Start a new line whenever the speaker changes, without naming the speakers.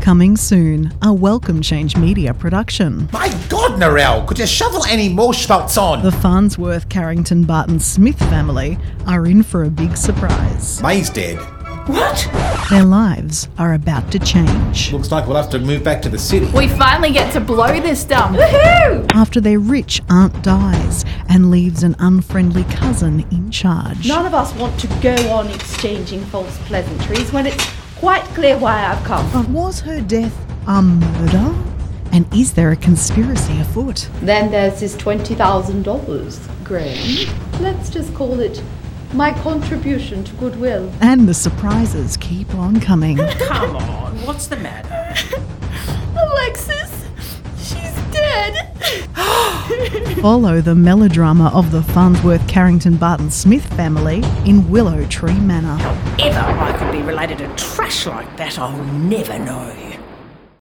Coming soon, a Welcome Change Media production.
My God, Narelle, could you shovel any more schmaltz on?
The Farnsworth Carrington Barton Smith family are in for a big surprise.
May's dead.
Their lives are about to change
Looks like we'll have to move back to the city.
We finally get to blow this dump. Woohoo!
after their rich aunt dies and leaves an unfriendly cousin in charge.
None of us want to go on exchanging false pleasantries when it's quite clear why I've come.
But was her death a murder? And is there a conspiracy afoot?
Then there's this $20,000, Graham. Let's just call it my contribution to goodwill.
And the surprises keep on coming.
Come on, what's the matter?
Alexis, she's dead.
Follow the melodrama of the Farnsworth Carrington Barton Smith family in Willow Tree Manor.
Ever I could be related to trash like that, I'll never know.